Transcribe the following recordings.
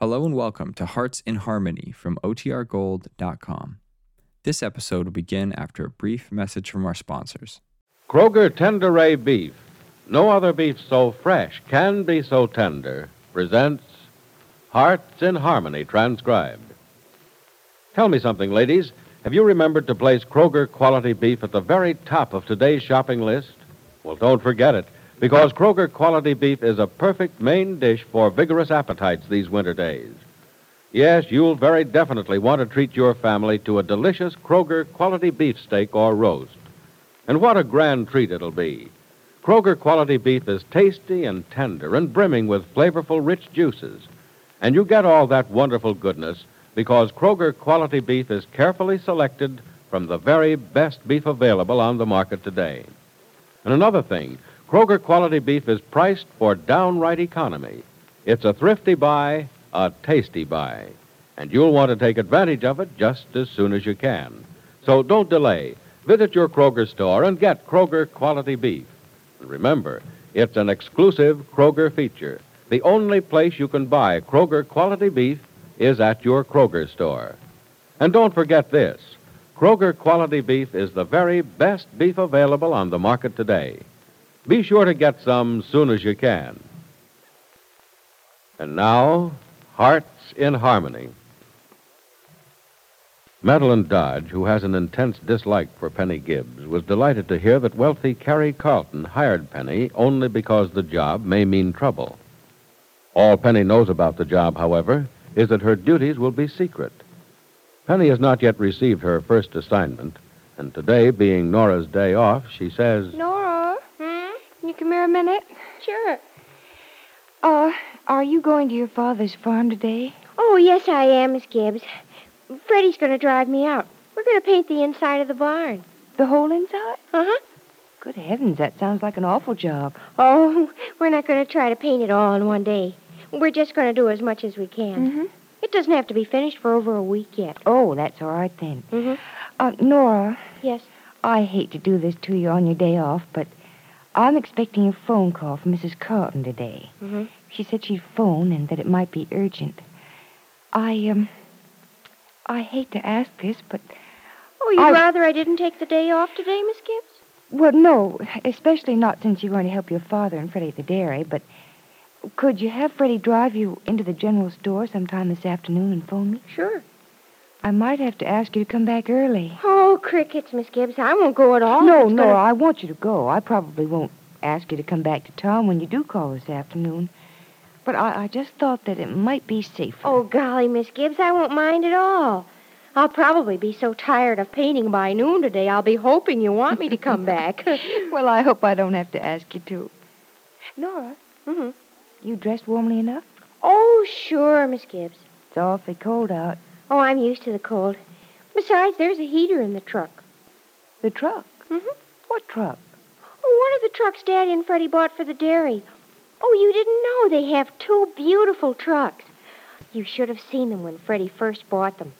Hello and welcome to Hearts in Harmony from OTRGold.com. This episode will begin after a brief message from our sponsors. Kroger Tender Ray Beef. No other beef so fresh can be so tender. Presents Hearts in Harmony, transcribed. Tell me something, ladies. Have you remembered to place Kroger quality beef at the very top of today's shopping list? Well, don't forget it, because Kroger quality beef is a perfect main dish for vigorous appetites these winter days. Yes, you'll very definitely want to treat your family to a delicious Kroger quality beefsteak or roast. And what a grand treat it'll be. Kroger quality beef is tasty and tender and brimming with flavorful, rich juices. And you get all that wonderful goodness because Kroger quality beef is carefully selected from the very best beef available on the market today. And another thing, Kroger quality beef is priced for downright economy. It's a thrifty buy, a tasty buy. And you'll want to take advantage of it just as soon as you can. So don't delay. Visit your Kroger store and get Kroger quality beef. And remember, it's an exclusive Kroger feature. The only place you can buy Kroger quality beef is at your Kroger store. And don't forget this Kroger quality beef is the very best beef available on the market today. Be sure to get some soon as you can. And now, Hearts in Harmony. Madeline Dodge, who has an intense dislike for Penny Gibbs, was delighted to hear that wealthy Carrie Carlton hired Penny only because the job may mean trouble. All Penny knows about the job, however, is that her duties will be secret. Penny has not yet received her first assignment, and today, being Nora's day off, she says, Nora, Hmm? can you come here a minute? Sure. Uh, are you going to your father's farm today? Oh, yes, I am, Miss Gibbs. Freddie's going to drive me out. We're going to paint the inside of the barn. The whole inside? Uh huh. Good heavens, that sounds like an awful job. Oh, we're not going to try to paint it all in one day. We're just going to do as much as we can. Mm-hmm. It doesn't have to be finished for over a week yet. Oh, that's all right then. Mhm. Uh, Nora. Yes? I hate to do this to you on your day off, but I'm expecting a phone call from Mrs. Carlton today. Mhm. She said she'd phone and that it might be urgent. I, um, I hate to ask this, but, Oh, you'd I- rather I didn't take the day off today, Miss Gibbs? well, no, especially not since you're going to help your father and Freddie at the dairy, but could you have Freddie drive you into the general store sometime this afternoon and phone me? Sure. I might have to ask you to come back early. Oh, crickets, Miss Gibbs. I won't go at all. no, It's no, gonna- I want you to go. I probably won't ask you to come back to town when you do call this afternoon. But I, I just thought that it might be safer. Oh, golly, Miss Gibbs, I won't mind at all. I'll probably be so tired of painting by noon today, I'll be hoping you want me to come back. well, I hope I don't have to ask you to. Nora, Mhm. you dressed warmly enough? Oh, sure, Miss Gibbs. It's awfully cold out. Oh, I'm used to the cold. Besides, there's a heater in the truck. The truck? Mhm. What truck? Oh, one of the trucks Daddy and Freddie bought for the dairy. Oh, you didn't know they have two beautiful trucks. You should have seen them when Freddie first bought them.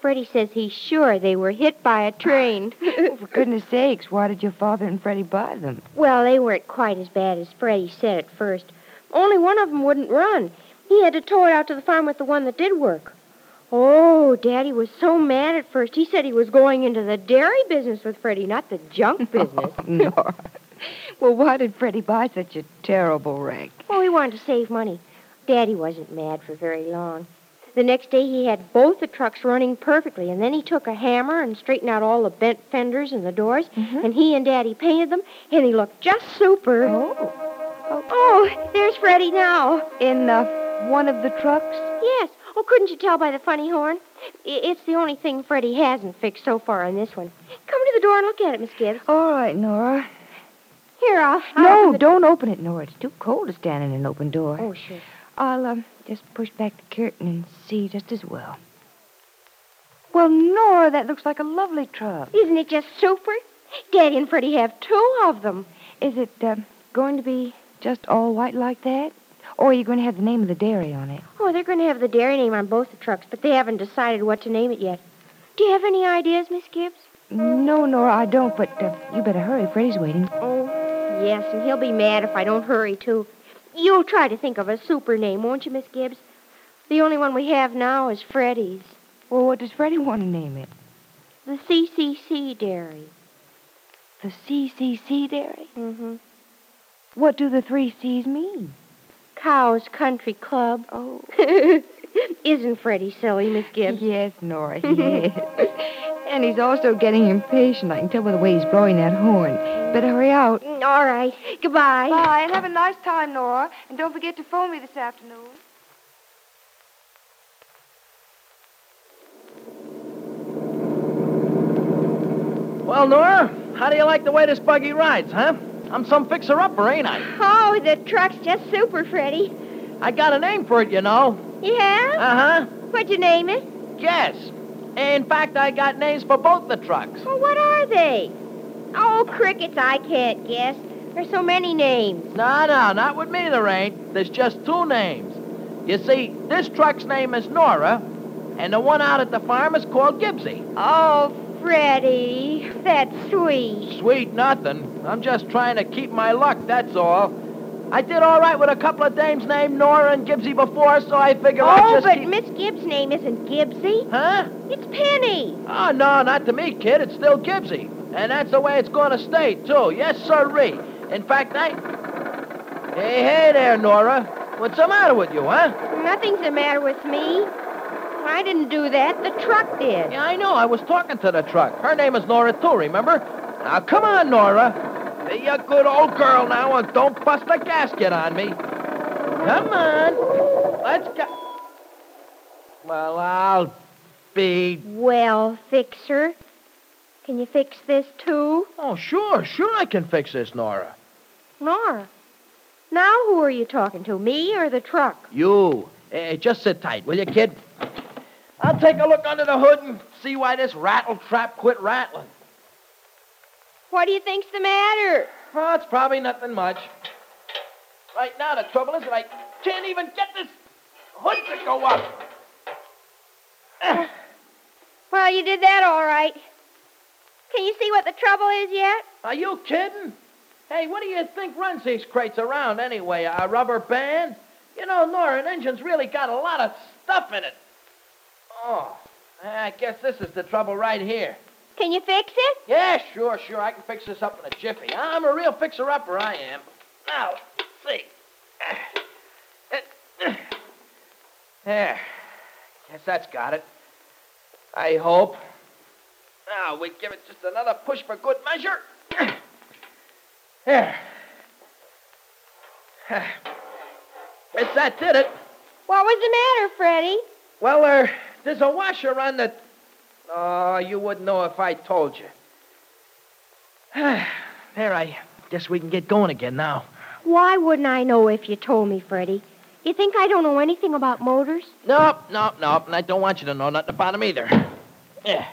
Freddie says he's sure they were hit by a train. Oh, For goodness sakes, why did your father and Freddie buy them? well, they weren't quite as bad as Freddie said at first. Only one of them wouldn't run. He had to tow it out to the farm with the one that did work. Oh, Daddy was so mad at first. He said he was going into the dairy business with Freddie, not the junk business. Nora. well, why did Freddie buy such a terrible wreck? Well, he wanted to save money. Daddy wasn't mad for very long. The next day he had both the trucks running perfectly, and then he took a hammer and straightened out all the bent fenders and the doors, Mhm. and he and Daddy painted them, and he looked just super. Oh. Oh, there's Freddie now. In uh, one of the trucks? Yes. Oh, couldn't you tell by the funny horn? I- It's the only thing Freddie hasn't fixed so far on this one. Come to the door and look at it, Miss Gibbs. All right, Nora. Here, I'll... I'll No, don't open it, Nora. It's too cold to stand in an open door. Oh, sure. I'll um, just push back the curtain and see just as well. Well, Nora, that looks like a lovely truck. Isn't it just super? Daddy and Freddie have two of them. Is it uh, going to be just all white like that? Or are you going to have the name of the dairy on it? Oh, they're going to have the dairy name on both the trucks, but they haven't decided what to name it yet. Do you have any ideas, Miss Gibbs? No, Nora, I don't, but uh, you better hurry. Freddie's waiting. Oh, yes, and he'll be mad if I don't hurry, too. You'll try to think of a super name, won't you, Miss Gibbs? The only one we have now is Freddy's. Well, what does Freddie want to name it? The CCC dairy. The CCC dairy. Mm-hmm. What do the three C's mean? Cow's Country Club. Oh. Isn't Freddie silly, Miss Gibbs? Yes, Nora, yes. and he's also getting impatient. I can tell by the way he's blowing that horn. Better hurry out. Mm, All right. Goodbye. Bye, and have a nice time, Nora. And don't forget to phone me this afternoon. Well, Nora, how do you like the way this buggy rides, huh? I'm some fixer-upper, ain't I? Oh, the truck's just super, Freddie. I got a name for it, you know. Yeah? Uh-huh. What'd you name it? Jess. In fact, I got names for both the trucks. Well, what are they? Oh, crickets, I can't guess. There's so many names. No, no, not with me there ain't. There's just two names. You see, this truck's name is Nora, and the one out at the farm is called Gibbsy. Oh, Freddie, that's sweet. Sweet nothing. I'm just trying to keep my luck, that's all. I did all right with a couple of dames named Nora and Gibbsy before, so I figure I'll Oh, just but keep... Miss Gibbs' name isn't Gibbsy. Huh? It's Penny. Oh, no, not to me, kid. It's still Gibbsy. And that's the way it's going to stay, too. Yes, sirree. In fact, I... Hey, hey there, Nora. What's the matter with you, huh? Nothing's the matter with me. I didn't do that. The truck did. Yeah, I know. I was talking to the truck. Her name is Nora, too, remember? Now, come on, Nora. Be a good old girl now and don't bust a gasket on me. Come on. Let's go. Well, I'll be... Well, fixer, can you fix this too? Oh, sure, sure I can fix this, Nora. Nora. Now who are you talking to, me or the truck? You. eh, just sit tight, will you, kid? I'll take a look under the hood and see why this rattle trap quit rattling. What do you think's the matter? Oh, it's probably nothing much. Right now, the trouble is that I can't even get this hood to go up. Well, you did that all right. Can you see what the trouble is yet? Are you kidding? Hey, what do you think runs these crates around anyway? A rubber band? You know, Nora, an engine's really got a lot of stuff in it. Oh, I guess this is the trouble right here. Can you fix it? Yeah, sure, sure. I can fix this up in a jiffy. I'm a real fixer-upper, I am. Now, let's see. There. Guess that's got it. I hope. Now, we give it just another push for good measure. There. Guess that did it. What was the matter, Freddie? Well, er, there's a washer on the. Oh, you wouldn't know if I told you. there, I guess we can get going again now. Why wouldn't I know if you told me, Freddie? You think I don't know anything about motors? Nope, nope, nope, and I don't want you to know nothing about 'em either. Yeah.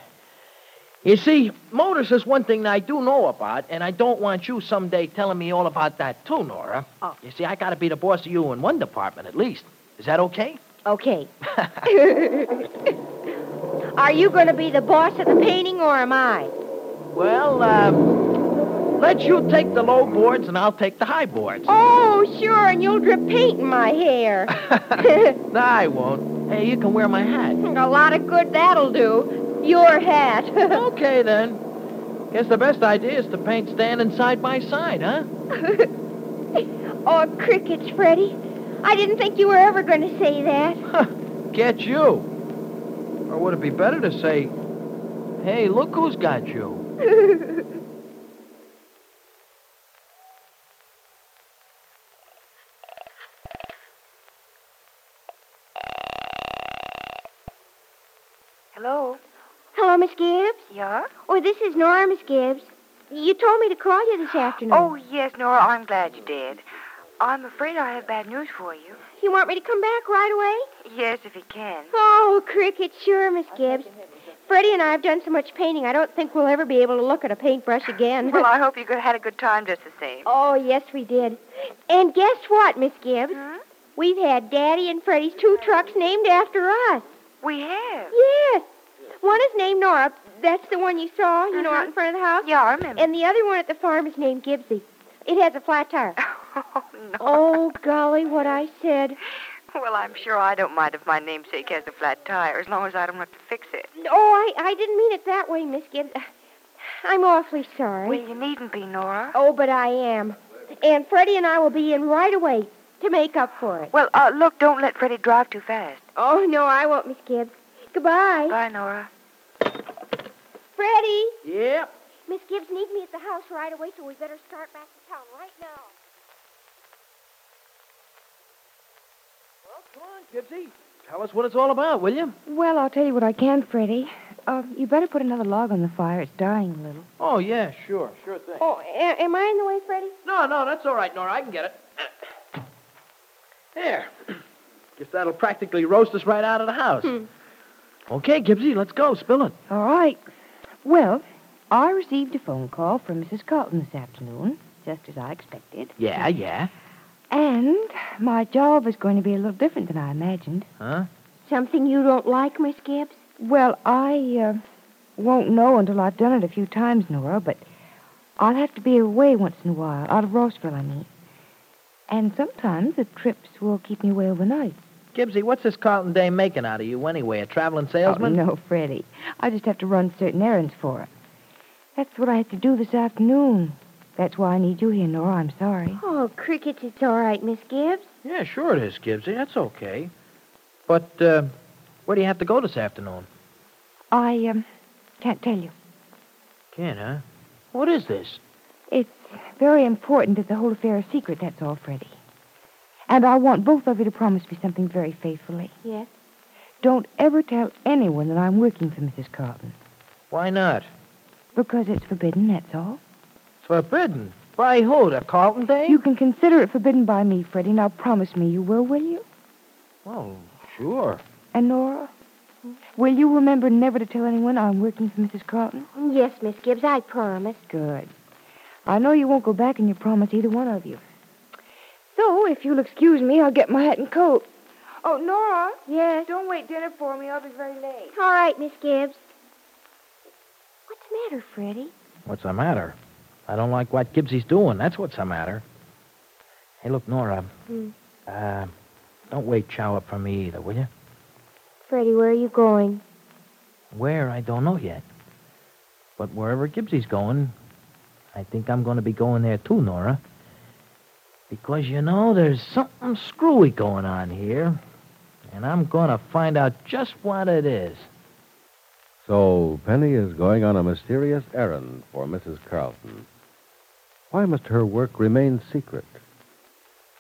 You see, motors is one thing that I do know about, and I don't want you someday telling me all about that, too, Nora. Oh. You see, I gotta be the boss of you in one department at least. Is that okay? Okay. Are you going to be the boss of the painting, or am I? Well, uh, let you take the low boards, and I'll take the high boards. Oh, sure, and you'll drip paint in my hair. Oh. No, I won't. Hey, you can wear my hat. A lot of good that'll do. Your hat. okay, then. Guess the best idea is to paint standing side by side, huh? oh, crickets, Freddie. I didn't think you were ever going to say that. Get you. Or would it be better to say, hey, look who's got you? Hello? Hello, Miss Gibbs. Yeah? Oh, this is Nora, Miss Gibbs. You told me to call you this afternoon. Oh, yes, Nora, I'm glad you did. I'm afraid I have bad news for you. you want me to come back right away? Yes, if you can. Oh, cricket, sure, Miss Gibbs. Freddie and I have done so much painting, I don't think we'll ever be able to look at a paintbrush again. Well, I hope you good- had a good time just the same. oh, yes, we did. And guess what, Miss Gibbs? Hmm? We've had Daddy and Freddie's two trucks named after us. We have. Yes. One is named Nora. That's the one you saw, you know, Mhm. out in front of the house. Yeah, I remember. And the other one at the farm is named Gibbsy. It has a flat tire. Oh, no. oh, golly, what I said. Well, I'm sure I don't mind if my namesake has a flat tire, as long as I don't have to fix it. Oh, I, I didn't mean it that way, Miss Gibbs. I'm awfully sorry. Well, you needn't be, Nora. Oh, but I am. And Freddie and I will be in right away to make up for it. Well, uh, look, don't let Freddie drive too fast. Oh, no, I won't, Miss Gibbs. Goodbye. Bye, Nora. Freddie! Yep. Miss Gibbs needs me at the house right away, so we better start back to town right now. Well, come on, Gibbsy. Tell us what it's all about, will you? Well, I'll tell you what I can, Freddie. Uh, you better put another log on the fire. It's dying a little. Oh, yeah, sure. Sure thing. Oh, a- am I in the way, Freddie? No, no, that's all right, Nora. I can get it. There. Guess that'll practically roast us right out of the house. Hmm. Okay, Gibbsy, let's go. Spill it. All right. Well, I received a phone call from Mrs. Carlton this afternoon, just as I expected. Yeah, yeah. And my job is going to be a little different than I imagined. Huh? Something you don't like, Miss Gibbs? Well, I uh, won't know until I've done it a few times, Nora, but I'll have to be away once in a while, out of Rossville, I mean. And sometimes the trips will keep me away overnight. Gibbsy, what's this Carlton Day making out of you anyway? A traveling salesman? Oh, no, Freddie. I just have to run certain errands for her. That's what I have to do this afternoon. That's why I need you here, Nora. I'm sorry. Oh, crickets, it's all right, Miss Gibbs. Yeah, sure it is, Gibbsy. That's okay. But uh, where do you have to go this afternoon? I um, can't tell you. Can't, huh? What is this? It's very important that the whole affair is secret, that's all, Freddie. And I want both of you to promise me something very faithfully. Yes? Don't ever tell anyone that I'm working for Mrs. Carlton, Why not? because it's forbidden, that's all. Forbidden. By who? The Carlton Day? You can consider it forbidden by me, Freddie. Now promise me you will, will you? Well, sure. And Nora? Will you remember never to tell anyone I'm working for Mrs. Carlton? Yes, Miss Gibbs, I promise. Good. I know you won't go back on your promise, either one of you. So, if you'll excuse me, I'll get my hat and coat. Oh, Nora, Yes? don't wait dinner for me. I'll be very late. All right, Miss Gibbs. What's the matter, Freddie? What's the matter? I don't like what Gibbsy's doing. That's what's the matter. Hey, look, Nora. Hmm. Uh, don't wait chow up for me either, will you? Freddie, where are you going? Where, I don't know yet. But wherever Gibbsy's going, I think I'm going to be going there too, Nora. Because, you know, there's something screwy going on here. And I'm going to find out just what it is. So Penny is going on a mysterious errand for Mrs. Carlton. Why must her work remain secret?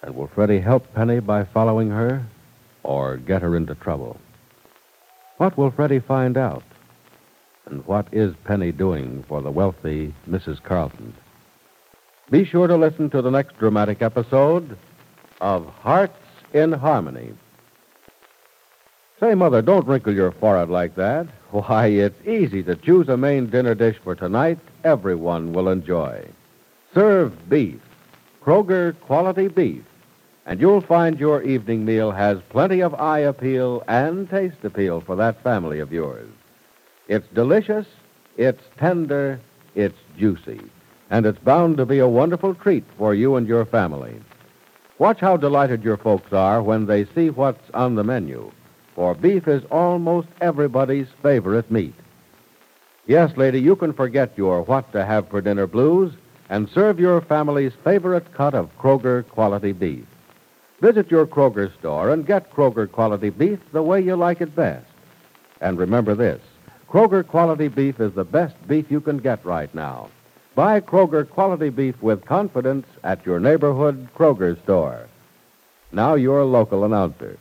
And will Freddie help Penny by following her or get her into trouble? What will Freddie find out? And what is Penny doing for the wealthy Mrs. Carlton? Be sure to listen to the next dramatic episode of Hearts in Harmony. Say, Mother, don't wrinkle your forehead like that. Why, it's easy to choose a main dinner dish for tonight everyone will enjoy. Serve beef, Kroger quality beef, and you'll find your evening meal has plenty of eye appeal and taste appeal for that family of yours. It's delicious, it's tender, it's juicy, and it's bound to be a wonderful treat for you and your family. Watch how delighted your folks are when they see what's on the menu for beef is almost everybody's favorite meat. Yes, lady, you can forget your what to have for dinner blues and serve your family's favorite cut of Kroger quality beef. Visit your Kroger store and get Kroger quality beef the way you like it best. And remember this Kroger quality beef is the best beef you can get right now. Buy Kroger quality beef with confidence at your neighborhood Kroger store. Now, your local announcer.